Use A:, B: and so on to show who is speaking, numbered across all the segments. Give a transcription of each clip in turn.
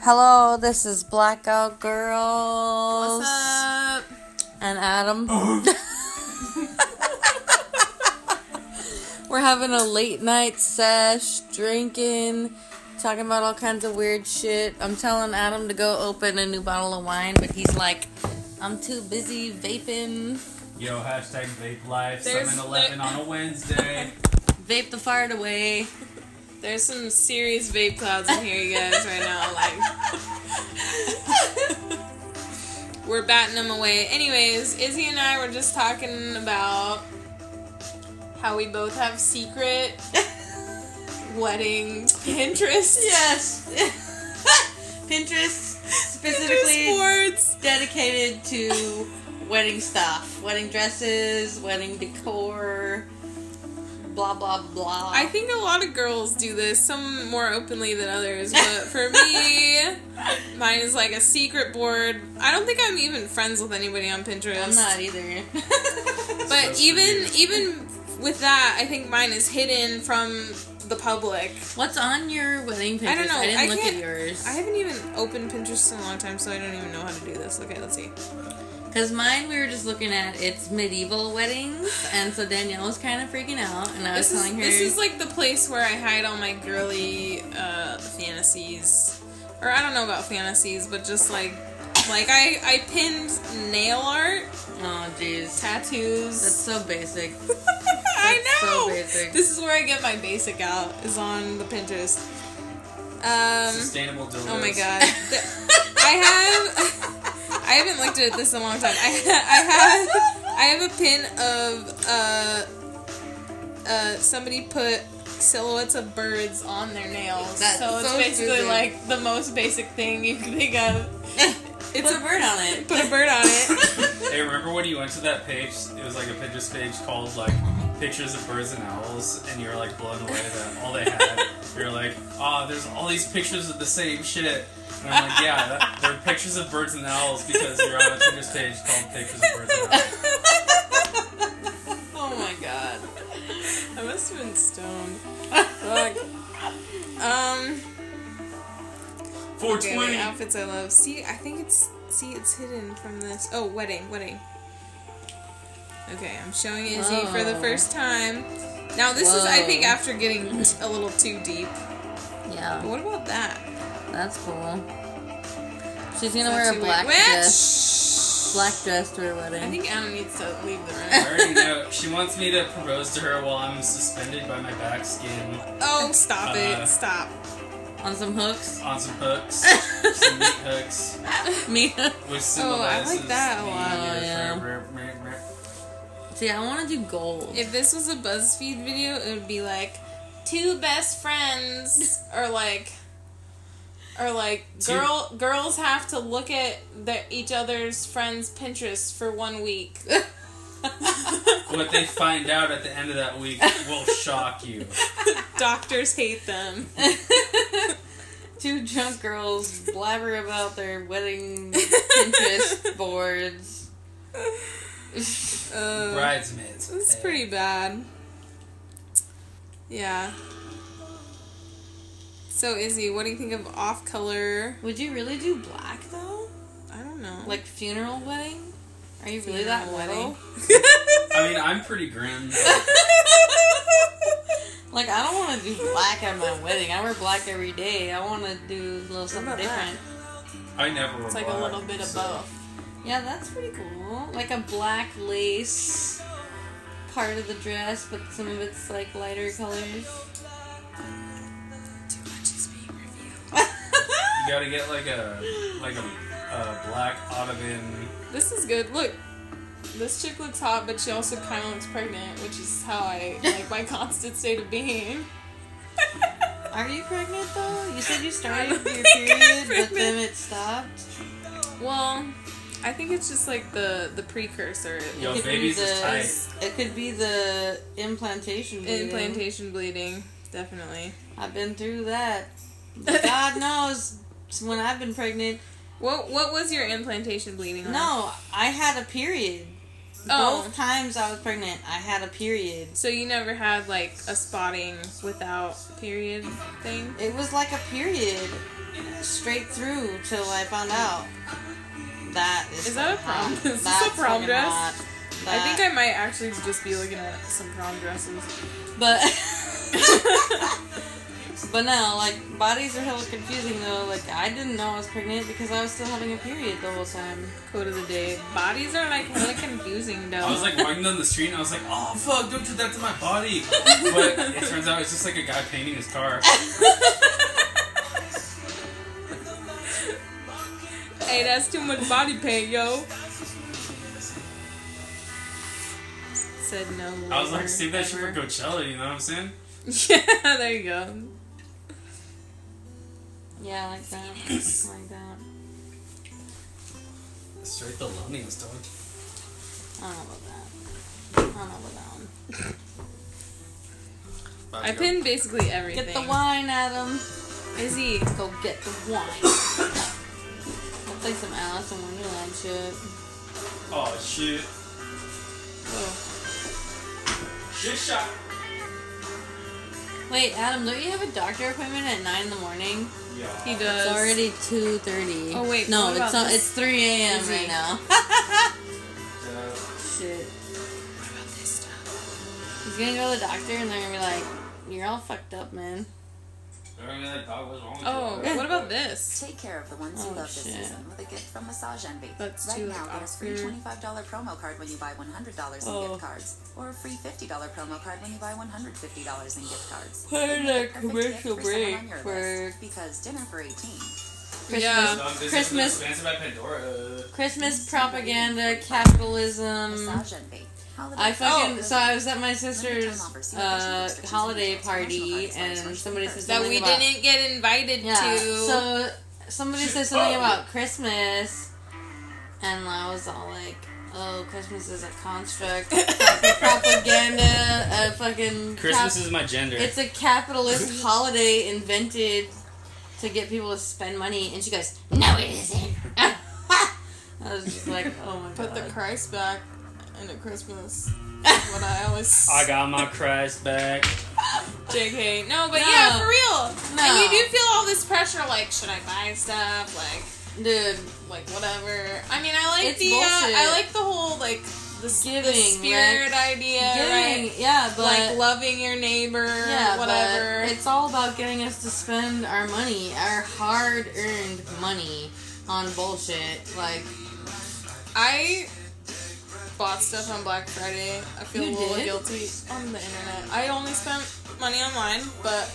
A: Hello, this is Blackout Girls
B: What's up?
A: and Adam. We're having a late night sesh, drinking, talking about all kinds of weird shit. I'm telling Adam to go open a new bottle of wine, but he's like, I'm too busy vaping.
C: Yo, hashtag vape life,
B: There's
C: 7 Eleven
B: the-
C: on a Wednesday.
A: Vape the fart away.
B: There's some serious vape clouds in here, you guys, right now. Like, we're batting them away. Anyways, Izzy and I were just talking about how we both have secret wedding interests.
A: Yes. Pinterest specifically.
B: Pinterest boards.
A: dedicated to wedding stuff, wedding dresses, wedding decor, blah blah blah.
B: I think a lot of girls do this, some more openly than others, but for me, mine is like a secret board. I don't think I'm even friends with anybody on Pinterest.
A: I'm not either.
B: But
C: Just for
B: even
C: you.
B: even with that, I think mine is hidden from the public.
A: What's on your wedding Pinterest?
B: I don't know.
A: I didn't
B: I
A: look at
B: can't-
A: yours.
B: I haven't even opened Pinterest in a long time, so I don't even know how to do this. Okay, let's see.
A: Because mine, we were just looking at it's medieval weddings, and so Danielle was kind of freaking out, and I was
B: This is
A: telling her
B: this is like the place where I hide all my girly uh, fantasies, or I don't know about fantasies, but just like like I I pinned nail art,
A: oh jeez, that's
B: tattoos.
A: so basic.
B: I
A: that's so
B: know.
A: basic.
B: This is where I get my basic out. Is on the Pinterest. Um.
C: Sustainable dildos.
B: Oh my god. The- I have I haven't looked at this in a long time. I I have I have a pin of uh uh somebody put silhouettes of birds on their nails.
A: That's
B: so it's
A: so
B: basically
A: stupid.
B: like the most basic thing you can think of.
A: Eh, it's a bird on it.
B: Put a bird on it.
C: Hey, remember when you went to that page? It was like a Pinterest page called like pictures of birds and owls, and you were like blown away that all they had. You're like, ah, there's all these pictures of the same shit. And I'm like, yeah, that, they're pictures of birds and owls because you're on a Pinterest page called pictures of birds and owls.
A: Oh my god.
B: I must have been stoned. Fuck. Um Okay, wait,
C: 420.
B: outfits I love. See, I think it's see it's hidden from this. Oh, wedding, wedding. Okay, I'm showing Izzy for the
A: Whoa.
B: first time. Now this is I think
A: Whoa.
B: after getting a little too deep. But
A: Yeah,
B: what about that?
A: that's cool. She's gonna
B: Not
A: wear a
B: too
A: black
B: weird. Well,
A: dress.
B: shh.
A: Black dress to her wedding.
B: I think Adam needs to leave the
C: I
B: room.
C: already know. She wants me to propose to her while I'm suspended by my back skin
B: oh, stop
C: Uh,
B: it! Stop.
A: on some hooks.
C: on some hooks, some meat hooks.
A: Me.
C: Which
B: Oh, I like
C: symbolizes
B: that a
C: the-
B: lot.
C: Yeah.
A: See, I want to do gold.
B: If this was a BuzzFeed video, it would be like two best friends or like or like
C: Two-
B: girl girls have to look at their each other's friends Pinterest for one week.
C: What they find out at the end of that week will shock you.
B: Doctors hate them.
A: Two drunk girls blabber about their wedding Pinterest boards.
B: Uh,
C: Bridesmaids.
B: It's
C: Hey.
B: pretty bad. Yeah. So Izzy, what do you think of off color?
A: Would you really do black though?
B: I don't know.
A: Like funeral wedding? Are you really that
B: Funeral
A: wedding?
C: I mean, I'm pretty grim.
A: Like I don't want to do black at my wedding. I wear black every day. I want to do a little something
B: about
A: different.
C: I never. wore
B: it's like a
C: black,
B: little bit of
C: so-
B: both.
A: Yeah, that's pretty cool. Like a black lace part of the dress, but some of it's like lighter colors.
B: Too much is being reviewed.
C: You gotta get like a like a, a black ottoman.
B: This is good. Look, this chick looks hot, but she also kind of looks pregnant, which is how I like my constant state of being.
A: Are you pregnant though? You said you
B: I
A: started
B: don't
A: your
B: think I'm
A: period, but
B: pregnant.
A: then it stopped.
B: Well, I think it's just like the the precursor
C: Yo,
A: Could be
C: babies is
A: the-
C: tight.
A: It could be the implantation. bleeding.
B: implantation bleeding, definitely.
A: I've been through that. God knows when I've been pregnant.
B: What what was your implantation bleeding? Like?
A: No, I had a period.
B: Oh.
A: Both times I was pregnant, I had a period.
B: So you never had like a spotting without period thing?
A: It was like a period. straight through till I found out. That is,
B: Is that a prom-
A: fucking hot.
B: is this a
A: That's
B: prom
A: fucking
B: dress?
A: hot.
C: Uh,
B: I
A: That-
B: think I might actually just be looking at some prom dresses.
A: But but no, like bodies are hella confusing though. Like I didn't know I was pregnant because I was still having a period the whole time.
B: Quote of the day: Bodies are like really confusing, though.
C: I was like walking down the street and I was like, oh fuck, don't do that to my body. But it turns out it's just like a guy painting his car.
B: hey, that's too much body paint, yo. Said no.
C: I was like,
B: lover
C: save that shit for
B: ever.
C: Coachella, you know what I'm saying?
B: Yeah, there you go.
A: Yeah, like that, like that.
C: Straight the loneliness, dog.
A: I don't know about that. I don't know about that one.
C: About to
B: I
C: go.
B: pinned basically everything.
A: Get the wine, Adam.
B: Izzy,
A: Go get the wine. That's like some Alice in Wonderland shit.
C: Oh shit.
A: Whoa.
C: Shit shot.
A: Wait, Adam, don't you have a doctor appointment at nine in the morning?
C: Yeah.
B: he does.
A: It's already two thirty.
B: Oh, wait,
A: no,
B: what
A: it's
B: about
A: not,
B: this?
A: it's three a.m.
B: Izzy.
A: right now.
C: Uh,
A: Shit.
B: What about this stuff?
A: He's gonna go to the doctor and they're gonna be like, You're all fucked up, man.
C: they're gonna be like, dog, what's wrong with
B: Oh,
C: you?
B: what about this?
D: Take care of the ones you
A: Oh,
D: love this
A: shit.
D: season with a gift from Massage Envy.
B: That's
D: right
B: too
D: now, get a free
B: awkward.
D: twenty-five dollar promo card when you buy one hundred dollars in
A: Oh.
D: gift cards, or a free fifty dollar promo card when you buy one hundred fifty dollars in gift cards.
A: Put in
D: Make
A: a
D: the perfect gift
A: commercial
D: for someone
A: break
D: on your
A: for
D: list, because dinner for eighteen.
A: Christmas.
B: Yeah.
C: Dog, this
A: Christmas.
C: is an expensive by Pandora.
A: Christmas propaganda, capitalism.
D: Massage Envy. Holiday
A: I fucking
D: promo.
A: so I was at my sister's uh, holiday party and somebody said
B: That
A: something
B: we
A: about,
B: didn't get invited
A: yeah.
B: to.
A: So somebody said something about Christmas, and I was all like, "Oh, Christmas is a construct, propaganda, a fucking
C: Christmas
A: cap-
C: is my gender.
A: It's a capitalist holiday invented to get people to spend money, and she goes, "No, it isn't." I was just like, "Oh my
E: Put
A: god!"
E: the Christ back into Christmas. What I always.
C: got my Christ back.
B: JK. No, but
A: No.
B: yeah, for real.
A: No.
B: And you do feel all this pressure, like, should I buy stuff? Like,
A: Dude,
B: like whatever. I mean, I like
A: It's
B: the, uh,
A: bullshit.
B: I like the whole like the, s-
A: Giving,
B: the spirit idea,
A: giving,
B: right?
A: yeah, but
B: like loving your neighbor,
A: yeah,
B: whatever.
A: But it's all about getting us to spend our money, our hard-earned money, on bullshit. Like,
E: I bought stuff on Black Friday. I feel a
A: You
E: little
A: did?
E: guilty on the internet. I only spent money online, but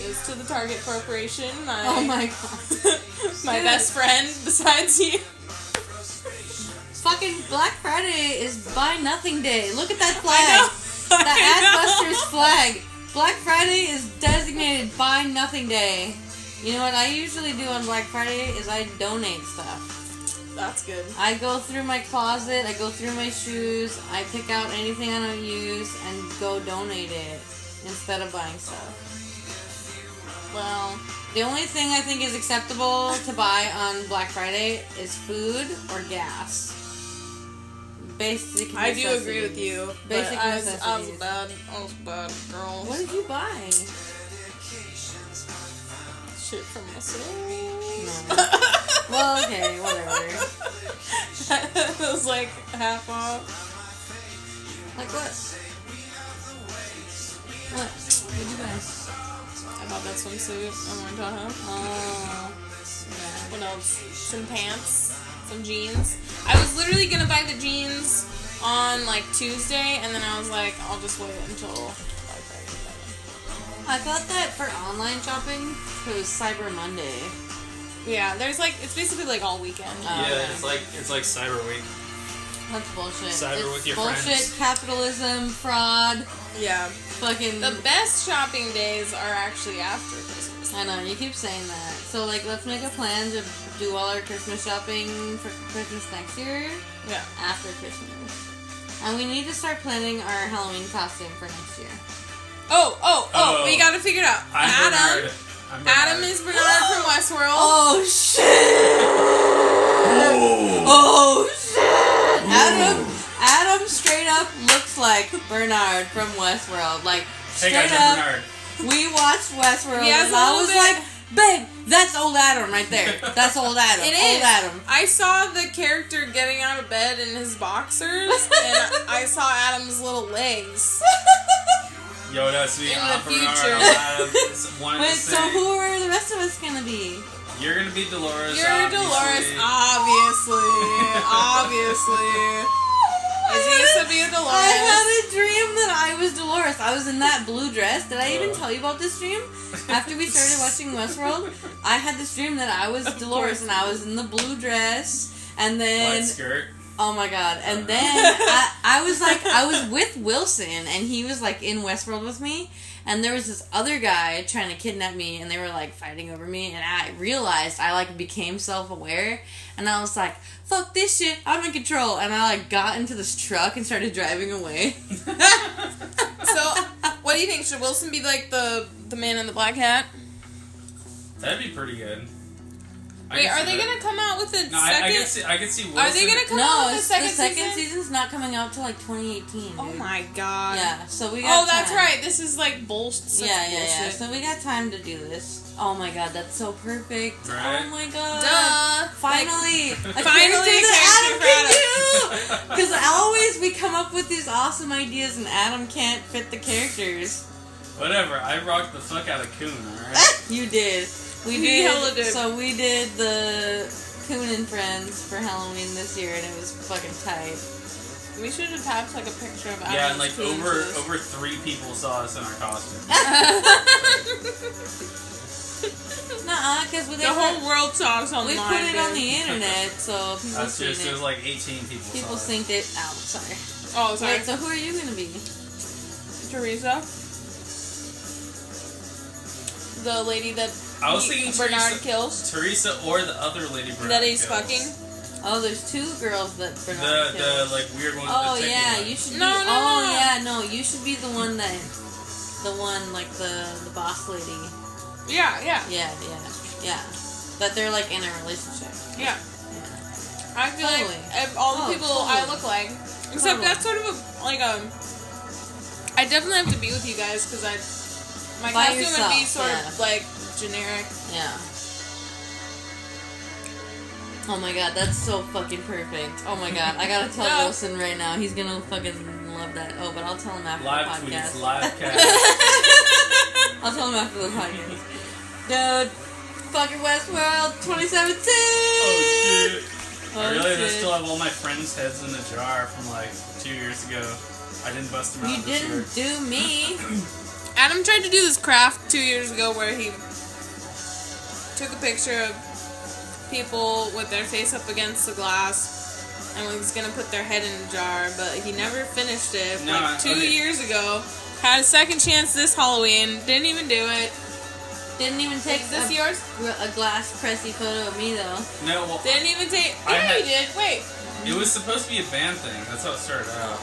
E: it was to the Target Corporation. My
A: oh my god,
E: my
A: Dude.
E: best friend besides you.
A: fucking Black Friday is buy nothing day. Look at that flag. The
E: I
A: Adbusters flag. Black Friday is designated buy nothing day. You know what I usually do on Black Friday is I donate stuff.
E: know. That's good.
A: I go through my closet, I go through my shoes, I pick out anything I don't use and go donate it instead of buying stuff.
E: Well,
A: The only thing I think is acceptable to buy on Black Friday is food or gas. Basic
E: I do agree with
A: necessities.
E: you. but
A: Basic
E: I was, I was
A: necessities.
E: bad. I was bad girl.
A: What did you buy?
E: Shit from myself.
A: No. well, okay, whatever.
E: it was like half off.
A: Like what? What? What'd you guys?
E: I bought that swimsuit. I went to Tahoe.
A: Oh.
E: What else? Some pants, some jeans. I was literally gonna buy the jeans on like Tuesday, and then I was like, I'll just wait until Black Friday.
A: Oh, I thought that for online shopping, it was Cyber Monday.
E: Yeah, there's like it's basically like all weekend.
A: Oh,
C: yeah,
A: okay.
C: it's like it's like Cyber Week.
A: That's bullshit.
C: Cyber
A: It's
C: with your
A: bullshit,
C: friends.
A: capitalism, fraud,
E: Yeah.
A: fucking.
E: The best shopping days are actually after Christmas.
A: I know, you keep saying that. So, like, let's make a plan to do all our Christmas shopping for Christmas next year
E: Yeah.
A: after Christmas. And we need to start planning our Halloween costume for next year.
E: Oh, oh, oh,
C: Oh.
E: we gotta figure it out.
C: I'm
E: Adam.
C: Bernard. I'm Bernard.
E: Adam is Bernard from Westworld.
A: Oh shit! Oh shit! Adam, Adam straight up looks like Bernard from Westworld. Like
C: Hey
A: straight
C: guys, I'm
A: up,
C: Bernard.
A: we watched Westworld,
E: He has
A: and
E: a
A: I
E: little
A: was
E: bit-
A: like, babe, that's old Adam right there. That's old Adam.
B: It
A: old
B: is.
A: Adam.
B: I saw the character getting out of bed in his boxers, and I saw Adam's little legs.
C: Yoda, sweet
B: In the
C: Alpha
B: future.
C: one
A: Wait, so who are the rest of us gonna be?
C: You're gonna be Dolores.
B: You're
C: obviously.
B: Dolores, obviously, obviously. Is he supposed to be a
A: I had a
B: Dolores?
A: dream that I was Dolores. I was in that blue dress. Did I even
C: Uh.
A: tell you about this dream? After we started watching Westworld, I had this dream that I was Dolores and I was in the blue dress. And
C: White
A: then,
C: skirt.
A: oh my god!
B: Uh.
A: And then I, I was like, I was with Wilson, and he was like in Westworld with me. And there was this other guy trying to kidnap me, and they were like fighting over me. And I realized I like became self aware, and I was like, "Fuck this shit! I'm in control." And I like got into this truck and started driving away.
B: So, what do you think? Should Wilson be like the the man in the black hat?
C: That'd be pretty good. I
B: Wait,
C: can
B: are
C: see
B: they
C: that.
B: gonna come out with a
C: No, I, I can
B: second?
C: see. I can see. Wilson.
B: Are they gonna come out
A: no,
B: with a
A: it's,
B: second,
A: the second
B: season?
A: season's not coming out till like 2018.
B: Oh
A: dude.
B: my god.
A: Yeah, so we. Got
B: Oh, that's
A: time.
B: right. This is like bullshit.
A: Yeah, yeah, yeah.
B: bullshit.
A: So we got time to do this. Oh my god, that's so perfect.
C: Right?
A: Oh my god.
B: Duh.
A: Finally, a
B: Finally a
A: character
B: character
A: that Adam can do. Because always we come up with these awesome ideas and Adam can't fit the characters.
C: Whatever. I rocked the fuck out of Coon. All right.
A: You did. We
B: He
A: did.
B: hella did.
A: So we did the Coon and Friends for Halloween this year, and it was fucking tight.
B: We should attach like a picture of
C: yeah, and like over over three people saw us in our costume.
A: Nuh-uh, because we
B: the whole world talks
A: we
B: online.
A: put it on
B: dude.
A: the internet, so people
C: That's
A: seen
C: just. It was
A: it.
C: like 18 people.
A: People
C: saw it.
A: synced it out. Sorry.
B: Oh, sorry,
A: Wait, so who are you gonna be?
B: Teresa. The lady that
C: I was
B: he-
C: thinking
B: Bernard
C: Teresa-
B: kills.
C: Teresa or the other lady. Bernard
B: that he's
C: kills.
B: fucking.
A: Oh, there's two girls that
C: The
A: Bernard
C: the
A: killed.
C: like weird one. with
A: oh
C: the chicken
A: yeah,
C: one.
A: you should.
B: No,
A: be,
B: no,
A: Oh
B: no.
A: yeah, no, you should be the one that, the one like the the boss lady.
B: Yeah, yeah,
A: Yeah, yeah, yeah. That they're like in a relationship.
B: yeah. I feel
A: Totally.
B: like ev- all the
A: Oh,
B: people
A: totally.
B: I look like, except
A: Totally.
B: that's sort of a, like um. I definitely have to be with you guys because I my
A: By
B: costume would be
A: yourself,
B: sort
A: yeah.
B: of like generic.
A: Yeah. Oh my god, that's so fucking perfect. Oh my god, I gotta tell
B: No.
A: Wilson right now. He's gonna fucking love that. Oh, but I'll tell him after
C: Live
A: the podcast.
C: tweets, live cast.
A: I'll tell him after the podcast. Dude, fucking Westworld 2017!
C: oh shit. I
A: Oh,
C: realize I
A: shit.
C: still have all my friends' heads in the jar from like two years ago. I didn't bust them out
A: You
C: this year.
A: didn't do me.
B: Adam tried to do this craft two years ago where he took a picture of people with their face up against the glass and was gonna put their head in a jar, but he never finished it.
C: No, I-
B: like two
C: okay.
B: years ago, had a second chance this Halloween, didn't even do it.
A: Didn't even take
B: Is this
A: a,
B: yours?
A: a glass pressy photo of me though.
C: No, well,
B: Didn't even take.
C: I
B: Yeah,
C: had-
B: you did. Wait,
C: it was supposed to be a band thing. That's how it started out.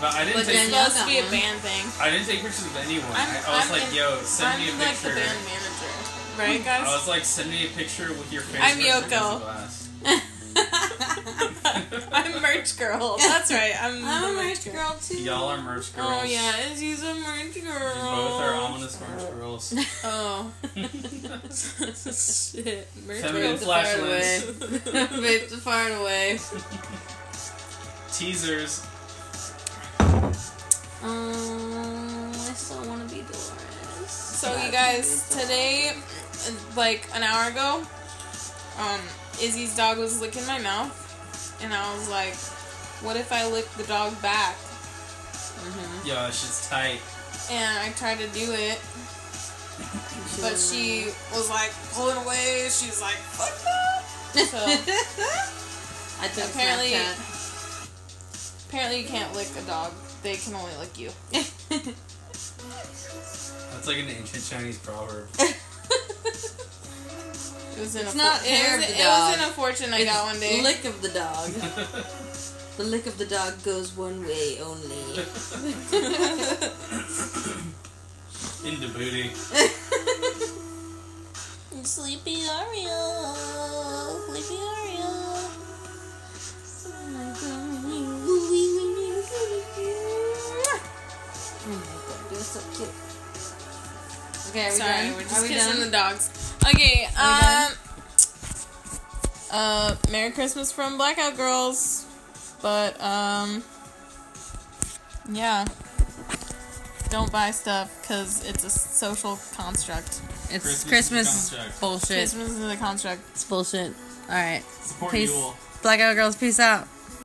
C: But I didn't
A: But
C: take.
A: then-
B: it's supposed
A: got
B: to be a
A: one.
B: band thing.
C: I didn't take pictures of anyone. i
B: I'm-
C: I was
B: I'm
C: like,
B: in-
C: yo, send
B: I'm
C: me a
B: like
C: picture.
B: the band manager, right,
C: I
B: guys?
C: was like, send me a picture with your face.
B: I'm
C: pressed against
B: Yoko.
C: the glass."
B: I'm merch girl. That's right. I'm.
A: I'm a
B: the
A: merch girl too.
C: Y'all are merch girls.
B: Oh yeah, it's he's a merch girl.
C: You both are ominous merch girls.
B: Oh. Shit. Merch
C: Feminine
B: girls.
A: flag. far
C: flashlights,
A: Vape the far and away.
C: teasers.
A: Um, I still want to be Dolores.
B: So you guys, today, like an hour ago, um, Izzy's dog was licking my mouth, and I was like, "What if I lick the dog back?"
A: Mm-hmm.
C: Yo, that shit's tight.
B: And I tried to do it, but she was like pulling away. She's like, "Fuck no!" So
A: I took
B: Apparently-
A: Snapchat.
B: apparently, you can't lick a dog. They can only lick you.
C: That's like an ancient Chinese proverb.
B: It was in
A: It's
B: a
A: not
B: fo-
A: hair
B: it, was,
A: of the
B: it was
A: dog.
B: in a fortune I got one day.
A: Lick of the dog. the lick of the dog goes one way only.
C: Into booty.
E: Sleepy Ariel. Sleepy Ariel.
A: Oh my god, you're so cute. Okay, are we
B: Sorry,
A: done?
B: we're just
A: are we
B: kissing
A: done?
B: the dogs. Okay,
A: done?
B: um. Uh, Merry Christmas from Blackout Girls. But, um. Yeah. Don't buy stuff because it's a social construct.
A: It's
C: Christmas is
A: Christmas,
C: construct.
A: bullshit.
B: Christmas is a construct.
A: It's bullshit. All right.
C: Support
A: Peace.
C: Yule.
A: Blackout girls, peace out.